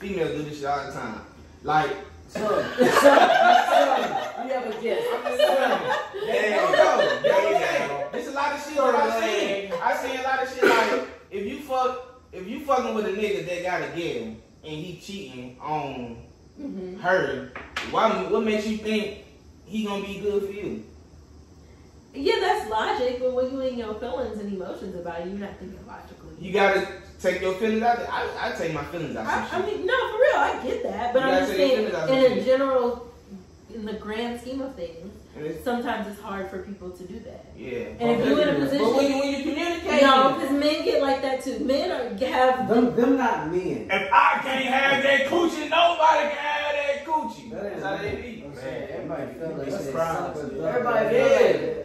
[SPEAKER 2] females do this shit all the time. Like, son.
[SPEAKER 10] You have a gift.
[SPEAKER 2] They don't know. They don't know. There's a lot of shit that I've seen. I've seen a lot of shit like if you fuck if you fucking with a nigga that got a girl and he cheating on
[SPEAKER 4] Mm-hmm.
[SPEAKER 2] her, why what makes you think he gonna be good for you?
[SPEAKER 4] Yeah, that's logic, but when you in your feelings and emotions about it, you're not thinking logically.
[SPEAKER 2] You gotta take your feelings out there. I, I take my feelings out
[SPEAKER 4] I,
[SPEAKER 2] of
[SPEAKER 4] I
[SPEAKER 2] shit.
[SPEAKER 4] mean, no, for real, I get that, but
[SPEAKER 2] You
[SPEAKER 4] I'm
[SPEAKER 2] gotta
[SPEAKER 4] just
[SPEAKER 2] take
[SPEAKER 4] saying,
[SPEAKER 2] your feelings out
[SPEAKER 4] in
[SPEAKER 2] of
[SPEAKER 4] a
[SPEAKER 2] it.
[SPEAKER 4] general, in the grand scheme of things,
[SPEAKER 2] And it's-
[SPEAKER 4] sometimes it's hard for people to do that.
[SPEAKER 2] Yeah.
[SPEAKER 4] And if you in a position,
[SPEAKER 2] But when you when you communicate
[SPEAKER 4] no, because men get like that too. Men are have
[SPEAKER 7] Them, them not men.
[SPEAKER 2] if I can't have that coochie, nobody can have that coochie. That's how they be.
[SPEAKER 7] Man,
[SPEAKER 6] everybody feel like
[SPEAKER 7] That's
[SPEAKER 6] they
[SPEAKER 7] pride.
[SPEAKER 6] something.
[SPEAKER 7] Everybody
[SPEAKER 2] feel like
[SPEAKER 7] feel like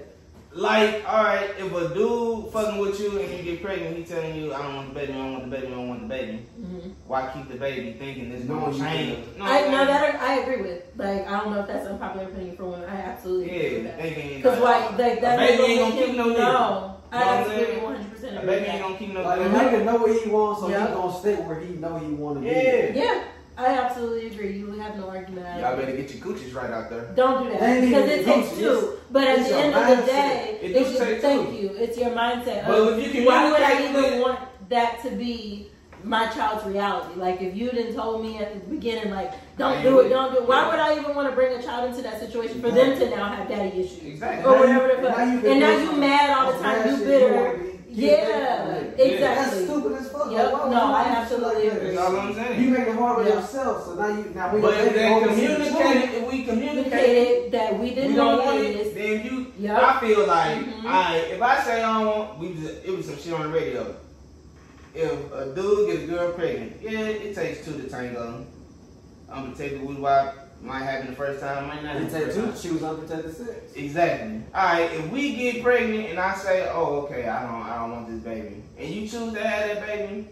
[SPEAKER 2] Like, alright, if a dude fucking with you and you get pregnant, he telling you, I don't want the baby, I don't want the baby, I don't want the baby.
[SPEAKER 4] Mhm.
[SPEAKER 2] Why keep the baby thinking it's
[SPEAKER 7] No,
[SPEAKER 2] gonna
[SPEAKER 7] you
[SPEAKER 2] change? Mm-hmm. No,
[SPEAKER 4] I know that I agree with. Like I don't know if that's an unpopular opinion for women. I
[SPEAKER 2] Yeah,
[SPEAKER 4] absolutely agree with that.
[SPEAKER 2] thinking.
[SPEAKER 4] Because like like that
[SPEAKER 2] A baby
[SPEAKER 4] doesn't
[SPEAKER 2] ain't gonna
[SPEAKER 4] make
[SPEAKER 2] keep
[SPEAKER 4] him-
[SPEAKER 2] no nigga.
[SPEAKER 4] No,
[SPEAKER 2] You know what
[SPEAKER 4] I
[SPEAKER 2] I'm
[SPEAKER 4] absolutely
[SPEAKER 2] saying?
[SPEAKER 4] 100 percent
[SPEAKER 2] A
[SPEAKER 4] agree. with
[SPEAKER 2] baby
[SPEAKER 4] that.
[SPEAKER 2] ain't gonna keep no
[SPEAKER 7] Like a
[SPEAKER 2] nigga.
[SPEAKER 7] nigga know what he wants, so
[SPEAKER 4] Yeah.
[SPEAKER 7] he gonna stick where he know he wanna be.
[SPEAKER 2] Yeah.
[SPEAKER 4] Yeah, I absolutely agree. You have no argument. at
[SPEAKER 2] Y'all
[SPEAKER 4] all.
[SPEAKER 2] better get your coochies right out there.
[SPEAKER 4] Don't do that
[SPEAKER 7] Ain't
[SPEAKER 4] because
[SPEAKER 7] even
[SPEAKER 4] it takes
[SPEAKER 7] close.
[SPEAKER 4] two. But at
[SPEAKER 7] it's
[SPEAKER 4] the
[SPEAKER 7] your
[SPEAKER 4] end of the
[SPEAKER 7] mindset.
[SPEAKER 4] day,
[SPEAKER 2] It
[SPEAKER 4] it's
[SPEAKER 2] do
[SPEAKER 4] just
[SPEAKER 2] take
[SPEAKER 4] thank
[SPEAKER 2] two.
[SPEAKER 4] you. It's your mindset.
[SPEAKER 2] But
[SPEAKER 4] of,
[SPEAKER 2] if you
[SPEAKER 4] why would I
[SPEAKER 2] communicate
[SPEAKER 4] even
[SPEAKER 2] with-
[SPEAKER 4] want that to be my child's reality? Like if you didn't told me at the beginning, like don't do it, don't do it. Why would I even want to bring a child into that situation for them to now have daddy issues
[SPEAKER 2] Exactly.
[SPEAKER 7] Oh,
[SPEAKER 4] or whatever the fuck?
[SPEAKER 7] Now you- now you
[SPEAKER 4] And now
[SPEAKER 7] been-
[SPEAKER 4] you mad all the time. You
[SPEAKER 7] That's
[SPEAKER 4] bitter.
[SPEAKER 7] shit you
[SPEAKER 4] Yeah,
[SPEAKER 7] wanna be.
[SPEAKER 2] Yeah.
[SPEAKER 7] That's
[SPEAKER 4] exactly.
[SPEAKER 7] stupid as fuck.
[SPEAKER 4] Yep.
[SPEAKER 7] Like, why would
[SPEAKER 4] No,
[SPEAKER 7] you
[SPEAKER 4] I
[SPEAKER 7] do shit
[SPEAKER 4] absolutely
[SPEAKER 7] like that?
[SPEAKER 2] That's all I'm saying.
[SPEAKER 7] You make it hard on
[SPEAKER 4] Yeah.
[SPEAKER 7] yourself, so now you now we
[SPEAKER 2] But
[SPEAKER 7] gonna
[SPEAKER 2] if
[SPEAKER 7] take it over
[SPEAKER 2] they
[SPEAKER 7] to the
[SPEAKER 2] communicate,
[SPEAKER 7] children.
[SPEAKER 2] if we communicate,
[SPEAKER 4] Communicated that we
[SPEAKER 2] we
[SPEAKER 4] didn't
[SPEAKER 2] don't
[SPEAKER 4] know
[SPEAKER 2] want it.
[SPEAKER 4] this.
[SPEAKER 2] Then you,
[SPEAKER 4] Yep.
[SPEAKER 2] I feel like,
[SPEAKER 7] Mm-hmm.
[SPEAKER 4] Mhm.
[SPEAKER 2] I if I say I don't want, we just, it was some shit on the radio. If a dude gets a girl pregnant, yeah, it takes two to tango. I'm gonna take it with why might happen the first time, might not.
[SPEAKER 7] You
[SPEAKER 2] happen the
[SPEAKER 7] take
[SPEAKER 2] first
[SPEAKER 7] two,
[SPEAKER 2] time.
[SPEAKER 7] she was unprotected sex.
[SPEAKER 2] Exactly. All right. If we get pregnant and I say, oh, okay, I don't, I don't want this baby, and you choose to have that baby,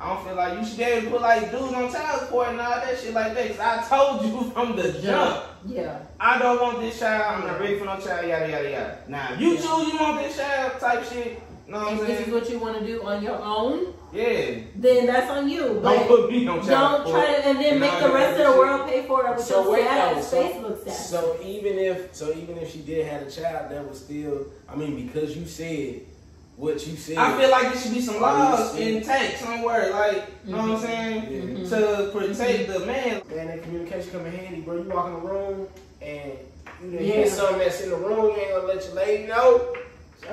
[SPEAKER 2] I don't feel like you should be able to put like dudes on child support and all that shit like that. 'cause I told you from the jump.
[SPEAKER 4] Yeah.
[SPEAKER 2] I don't want this child. I'm not ready for no child. Yada yada yada. Now, if you choose you want this child type shit. Know what I'm
[SPEAKER 4] If this
[SPEAKER 2] saying?
[SPEAKER 4] is what you want to do on your own,
[SPEAKER 2] Yeah.
[SPEAKER 4] then that's on you.
[SPEAKER 2] Don't
[SPEAKER 4] But
[SPEAKER 2] put me on child
[SPEAKER 4] don't
[SPEAKER 2] support.
[SPEAKER 4] try to and then
[SPEAKER 2] And
[SPEAKER 4] make
[SPEAKER 2] all
[SPEAKER 4] the
[SPEAKER 2] that
[SPEAKER 4] rest of
[SPEAKER 2] other
[SPEAKER 4] the
[SPEAKER 2] shit.
[SPEAKER 4] world pay for it with
[SPEAKER 6] So
[SPEAKER 4] your
[SPEAKER 6] wait, though,
[SPEAKER 4] status,
[SPEAKER 6] so,
[SPEAKER 4] Facebook status.
[SPEAKER 6] so even if so even if she did have a child, that was still I mean because you said what you said.
[SPEAKER 2] I feel like there should be some laws
[SPEAKER 6] Yeah.
[SPEAKER 2] intact somewhere, like, you know
[SPEAKER 4] Mm-hmm.
[SPEAKER 2] what I'm saying?
[SPEAKER 6] Yeah.
[SPEAKER 2] To protect the man.
[SPEAKER 6] Man, that communication come in handy, bro. You walk in the room and you done
[SPEAKER 4] Yeah.
[SPEAKER 6] hear something that's in the room. You ain't gonna let your lady know.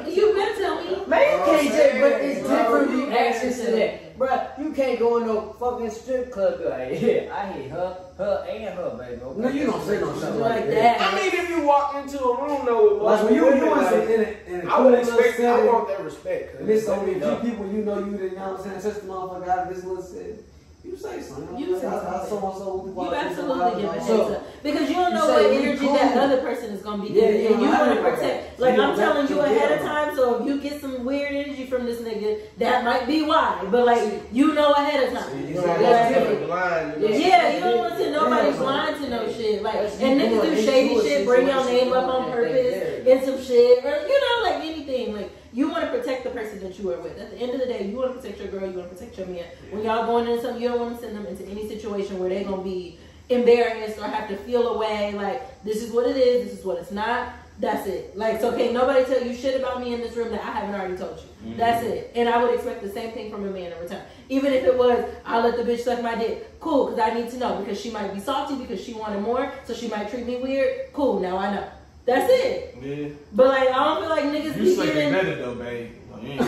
[SPEAKER 4] you better tell me.
[SPEAKER 8] Man,
[SPEAKER 6] Bro,
[SPEAKER 8] can't
[SPEAKER 6] say
[SPEAKER 8] say, but
[SPEAKER 6] it,
[SPEAKER 8] it's
[SPEAKER 6] bro.
[SPEAKER 8] different
[SPEAKER 4] You
[SPEAKER 8] reactions to
[SPEAKER 4] answer.
[SPEAKER 8] that. Bruh, you can't go in no fucking strip club. be Like, yeah, I hit her, her, and her, baby. Okay.
[SPEAKER 7] No, you don't say no shit
[SPEAKER 4] Like
[SPEAKER 7] like
[SPEAKER 4] that.
[SPEAKER 7] that.
[SPEAKER 6] I mean, if you walk into a room though, with
[SPEAKER 7] Like when you
[SPEAKER 6] women,
[SPEAKER 7] you in
[SPEAKER 6] like,
[SPEAKER 7] some in a, in a
[SPEAKER 6] I
[SPEAKER 7] cool
[SPEAKER 6] would
[SPEAKER 7] little
[SPEAKER 6] expect. I
[SPEAKER 7] setting,
[SPEAKER 6] want that respect. 'cause
[SPEAKER 7] and there's so
[SPEAKER 6] let me
[SPEAKER 7] many few
[SPEAKER 6] know.
[SPEAKER 7] people you know you didn't. You know what I'm saying? Such a motherfucker out of this little city. You say something.
[SPEAKER 4] You say
[SPEAKER 7] I, I, I so and so.
[SPEAKER 4] You absolutely give a heads
[SPEAKER 8] So,
[SPEAKER 4] up because you don't know
[SPEAKER 8] you
[SPEAKER 4] what
[SPEAKER 8] say we
[SPEAKER 4] energy that
[SPEAKER 8] cool.
[SPEAKER 4] other person is gonna be
[SPEAKER 7] Yeah,
[SPEAKER 4] giving,
[SPEAKER 7] you
[SPEAKER 4] and you
[SPEAKER 7] don't
[SPEAKER 4] want to
[SPEAKER 7] like
[SPEAKER 4] protect.
[SPEAKER 7] that.
[SPEAKER 4] Like
[SPEAKER 7] You
[SPEAKER 4] I'm
[SPEAKER 7] don't
[SPEAKER 4] telling
[SPEAKER 7] like
[SPEAKER 4] you
[SPEAKER 7] to
[SPEAKER 4] ahead
[SPEAKER 7] give
[SPEAKER 4] of
[SPEAKER 7] them.
[SPEAKER 4] time, so if you get some weird energy from this nigga, that might be why. But like you know ahead of time.
[SPEAKER 6] You
[SPEAKER 4] You
[SPEAKER 6] know,
[SPEAKER 4] know
[SPEAKER 6] I'm
[SPEAKER 4] what I'm
[SPEAKER 6] not
[SPEAKER 4] saying?
[SPEAKER 6] going blind. you know.
[SPEAKER 4] Yeah, you don't want to nobody
[SPEAKER 7] Yeah.
[SPEAKER 4] blind to no shit. Like
[SPEAKER 8] That's
[SPEAKER 4] and
[SPEAKER 8] you
[SPEAKER 4] niggas
[SPEAKER 8] doing
[SPEAKER 4] do
[SPEAKER 8] it
[SPEAKER 4] shady
[SPEAKER 8] to a
[SPEAKER 4] shit, bring your
[SPEAKER 8] situation,
[SPEAKER 4] name up on
[SPEAKER 8] you want that thing
[SPEAKER 4] purpose
[SPEAKER 8] there.
[SPEAKER 4] and some shit, or you know, like anything. Like you want to protect the person that you are with. At the end of the day, you want to protect your girl, you want to protect your man. When y'all going into something, you don't want to send them into any situation where they gonna be embarrassed or have to feel away. Like this is what it is, this is what it's not. That's it. Like so, can't nobody tell you shit about me in this room that I haven't already told you. That's it. And I would expect the same thing from a man in return. Even if it was, I let the bitch suck my dick. Cool, because I need to know because she might be salty because she wanted more, so she might treat me weird. Cool, now I know. That's it.
[SPEAKER 2] Yeah.
[SPEAKER 4] But like, I don't feel like niggas
[SPEAKER 2] You
[SPEAKER 4] be
[SPEAKER 2] sleeping
[SPEAKER 4] giving.
[SPEAKER 2] better though, babe. Like, you ain't-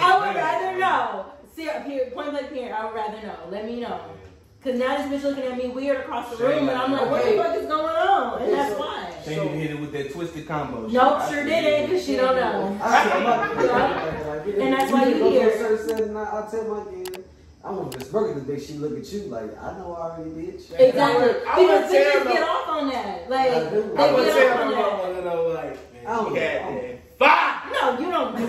[SPEAKER 4] I would rather know. See, up here, point blank period. I would rather know. Let me know. Cause now this bitch looking at me weird across the room, and I'm like, what the fuck is going on? And that's why.
[SPEAKER 2] They even hit it with that twisted combo. shit.
[SPEAKER 4] Nope,
[SPEAKER 2] I
[SPEAKER 4] sure
[SPEAKER 2] see it.
[SPEAKER 4] didn't, cause she don't know.
[SPEAKER 7] I tell my
[SPEAKER 4] Yeah.
[SPEAKER 7] kids,
[SPEAKER 4] And that's why you
[SPEAKER 7] go to a
[SPEAKER 4] here.
[SPEAKER 7] certain setting, I, I tell my kids, I want this burger this bitch. She look at you like, I know I already bitch.
[SPEAKER 4] Exactly.
[SPEAKER 6] I wouldn't tell
[SPEAKER 4] Because bitches
[SPEAKER 6] no-
[SPEAKER 4] get off on that. Like,
[SPEAKER 7] I do.
[SPEAKER 6] I
[SPEAKER 4] they
[SPEAKER 6] would
[SPEAKER 4] get off
[SPEAKER 6] tell
[SPEAKER 4] on
[SPEAKER 6] my
[SPEAKER 4] that.
[SPEAKER 6] mama that I was like, man,
[SPEAKER 7] Oh,
[SPEAKER 6] she had
[SPEAKER 7] oh.
[SPEAKER 6] that. Fuck!
[SPEAKER 4] No, you don't. do
[SPEAKER 7] I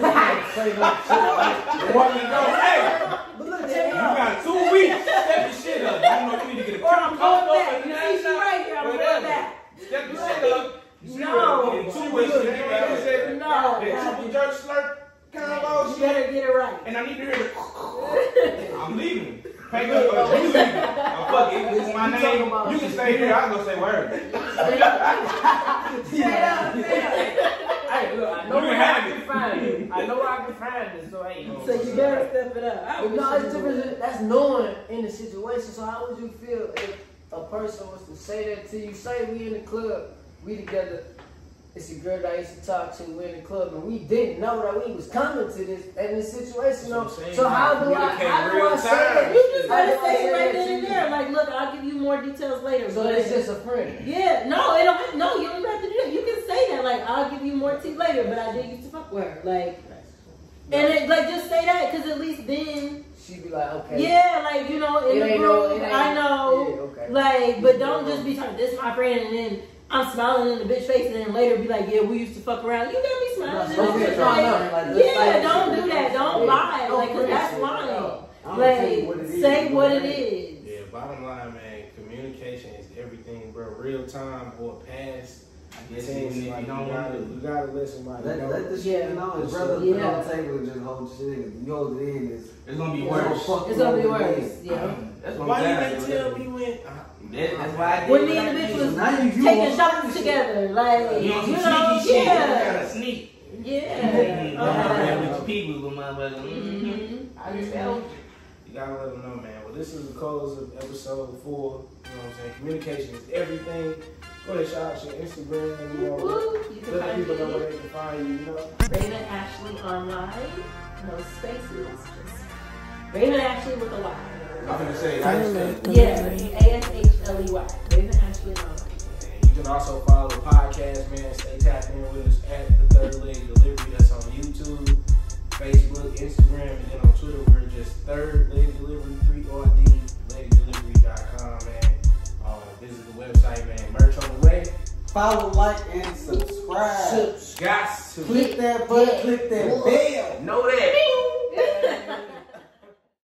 [SPEAKER 7] don't
[SPEAKER 4] that.
[SPEAKER 7] say no shit.
[SPEAKER 2] Woman, go, hey,
[SPEAKER 7] But look,
[SPEAKER 2] you
[SPEAKER 7] check it out.
[SPEAKER 2] got two weeks. Step your shit up. I don't know if you need to get a
[SPEAKER 4] Or I'm
[SPEAKER 2] combo,
[SPEAKER 4] going back.
[SPEAKER 2] but
[SPEAKER 4] You
[SPEAKER 2] now
[SPEAKER 4] see,
[SPEAKER 2] it's
[SPEAKER 4] she
[SPEAKER 2] not-
[SPEAKER 4] right here. I'm
[SPEAKER 2] whatever.
[SPEAKER 4] going back.
[SPEAKER 2] Step your shit up. You
[SPEAKER 4] No.
[SPEAKER 2] in two weeks. you get back.
[SPEAKER 4] No,
[SPEAKER 2] That
[SPEAKER 4] God,
[SPEAKER 2] triple jerk slurp combo
[SPEAKER 4] you
[SPEAKER 2] shit.
[SPEAKER 4] better get it right.
[SPEAKER 2] And I need to hear the. I'm leaving. Hey, good, bro. You leaving. I'm fucking. It's my name. You can stay here. I go say word.
[SPEAKER 4] Straight up, straight up.
[SPEAKER 8] Hey, look, I know
[SPEAKER 2] You
[SPEAKER 8] where I
[SPEAKER 2] have
[SPEAKER 8] can
[SPEAKER 2] it.
[SPEAKER 8] find it. I know where I can find it, so I ain't gonna-
[SPEAKER 4] So you better step it up. I
[SPEAKER 8] But
[SPEAKER 4] would
[SPEAKER 8] No,
[SPEAKER 4] just-
[SPEAKER 8] it's different. That's knowing in the situation. So how would you feel if a person was to say that to you? Say we in the club, we together. It's a girl that I used to talk to. We in the club, and we didn't know that we was coming to this and this
[SPEAKER 6] what
[SPEAKER 8] situation. though.
[SPEAKER 6] I'm saying.
[SPEAKER 8] So how do I?
[SPEAKER 6] Communicate
[SPEAKER 8] How do
[SPEAKER 6] real
[SPEAKER 8] I say that?
[SPEAKER 6] time.
[SPEAKER 4] You just
[SPEAKER 8] How do
[SPEAKER 4] gotta
[SPEAKER 8] I
[SPEAKER 4] say it right
[SPEAKER 8] that to
[SPEAKER 4] then and
[SPEAKER 8] you?
[SPEAKER 4] there. Like, look, I'll give you more details later.
[SPEAKER 8] So
[SPEAKER 4] but-
[SPEAKER 8] it's just a friend.
[SPEAKER 4] Yeah, no, it don't. No, you don't have to do that. You can say that, like, I'll give you more tea later, but I did used to fuck with her, like. And it, like, just say that, cause at least then,
[SPEAKER 8] She be like, okay.
[SPEAKER 4] yeah, like you know, in
[SPEAKER 8] It
[SPEAKER 4] the
[SPEAKER 8] ain't no-
[SPEAKER 4] group,
[SPEAKER 8] it ain't-
[SPEAKER 4] I know,
[SPEAKER 8] yeah, okay. Uh-huh.
[SPEAKER 4] like, but don't just be talking. This my friend, and then I'm smiling in the bitch face, and then later be like, yeah, we used to fuck around. You got me smiling
[SPEAKER 7] No,
[SPEAKER 4] in the
[SPEAKER 7] don't
[SPEAKER 4] bitch
[SPEAKER 7] get drawn
[SPEAKER 4] face.
[SPEAKER 7] up, like, just
[SPEAKER 4] Yeah,
[SPEAKER 7] like-
[SPEAKER 4] don't do that. Don't
[SPEAKER 8] Yeah,
[SPEAKER 4] lie,
[SPEAKER 8] don't
[SPEAKER 4] like, 'cause that's
[SPEAKER 8] bullshit.
[SPEAKER 4] lying.
[SPEAKER 7] I'm gonna tell you what
[SPEAKER 4] Like,
[SPEAKER 7] it is,
[SPEAKER 4] say
[SPEAKER 7] you
[SPEAKER 4] what
[SPEAKER 7] know
[SPEAKER 4] it
[SPEAKER 7] I mean?
[SPEAKER 4] is.
[SPEAKER 6] Yeah, bottom line, man, communication is everything, bro. Real time or past.
[SPEAKER 2] I guess
[SPEAKER 6] Things,
[SPEAKER 2] even
[SPEAKER 6] like,
[SPEAKER 2] if
[SPEAKER 6] you,
[SPEAKER 2] you don't want
[SPEAKER 6] gotta,
[SPEAKER 2] to.
[SPEAKER 6] you gotta let somebody
[SPEAKER 7] Let,
[SPEAKER 6] know.
[SPEAKER 7] let this shit be known. It's rather put it on the table and just hold shit in. You hold it in. It's,
[SPEAKER 2] It's gonna be
[SPEAKER 7] it's gonna
[SPEAKER 2] worse.
[SPEAKER 7] fuck
[SPEAKER 4] It's
[SPEAKER 7] you
[SPEAKER 4] gonna
[SPEAKER 7] up
[SPEAKER 4] be
[SPEAKER 7] in the
[SPEAKER 4] worse.
[SPEAKER 7] end.
[SPEAKER 4] Yeah.
[SPEAKER 2] That's what
[SPEAKER 6] Why
[SPEAKER 2] I'm
[SPEAKER 6] you didn't
[SPEAKER 2] saying.
[SPEAKER 6] tell me when? I-
[SPEAKER 2] That- That's why I did.
[SPEAKER 4] When me
[SPEAKER 2] what I
[SPEAKER 4] and the bitch
[SPEAKER 2] did.
[SPEAKER 4] was
[SPEAKER 7] Now you, you
[SPEAKER 4] taking
[SPEAKER 7] on-
[SPEAKER 4] shots together, like
[SPEAKER 2] You
[SPEAKER 4] you know,
[SPEAKER 2] know, some sneaky shit. You
[SPEAKER 4] yeah,
[SPEAKER 2] gotta sneak.
[SPEAKER 4] yeah.
[SPEAKER 2] Yeah,
[SPEAKER 4] Uh-huh.
[SPEAKER 2] with your people, with motherfuckers. Mhm.
[SPEAKER 4] Mhm.
[SPEAKER 6] I just know. You gotta let them know, man. Well, this is the close of episode four. You know what I'm saying? Communication is everything. Go ahead, shout out your Instagram. You know,
[SPEAKER 4] Woo, You can
[SPEAKER 6] let
[SPEAKER 4] find
[SPEAKER 6] people know where
[SPEAKER 4] me
[SPEAKER 6] they can find you. You know.
[SPEAKER 4] Raven Ashley online, no spaces, just Raven Ashley with a Y.
[SPEAKER 2] I'm gonna say, I just
[SPEAKER 1] Toilet
[SPEAKER 4] Yeah,
[SPEAKER 1] delivery.
[SPEAKER 4] A S H L E Y. Raven Ashley online.
[SPEAKER 6] And you can also follow the podcast, man. Stay tapped in with us at the Third Leg Delivery. That's on YouTube, Facebook, Instagram, and then on Twitter. We're just Third Leg Delivery, 3RD, legdelivery.com, man. Uh, visit the website, man. Merch on the way.
[SPEAKER 7] follow, like, and subscribe.
[SPEAKER 6] Got to.
[SPEAKER 7] Click that button. Click that bell.
[SPEAKER 6] Know that.